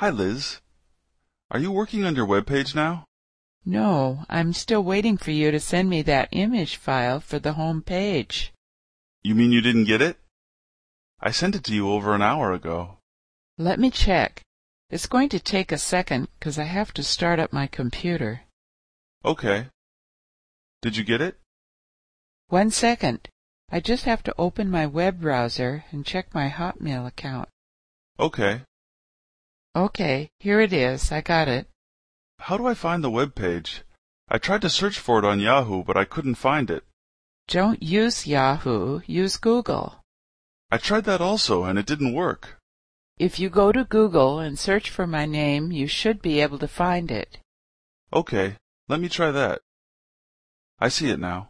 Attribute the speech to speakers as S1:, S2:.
S1: Hi, Liz. Are you working on your web page now?
S2: No, I'm still waiting for you to send me that image file for the home page.
S1: You mean you didn't get it? I sent it to you over an hour ago.
S2: Let me check. It's going to take a second 'cause I have to start up my computer.
S1: Okay. Did you get it?
S2: One second. I just have to open my web browser and check my Hotmail account.
S1: Okay.
S2: Okay, here it is. I got it.
S1: How do I find the web page? I tried to search for it on Yahoo, but I couldn't find it.
S2: Don't use Yahoo, use Google.
S1: I tried that also, and it didn't work.
S2: If you go to Google and search for my name, you should be able to find it.
S1: Okay, let me try that. I see it now.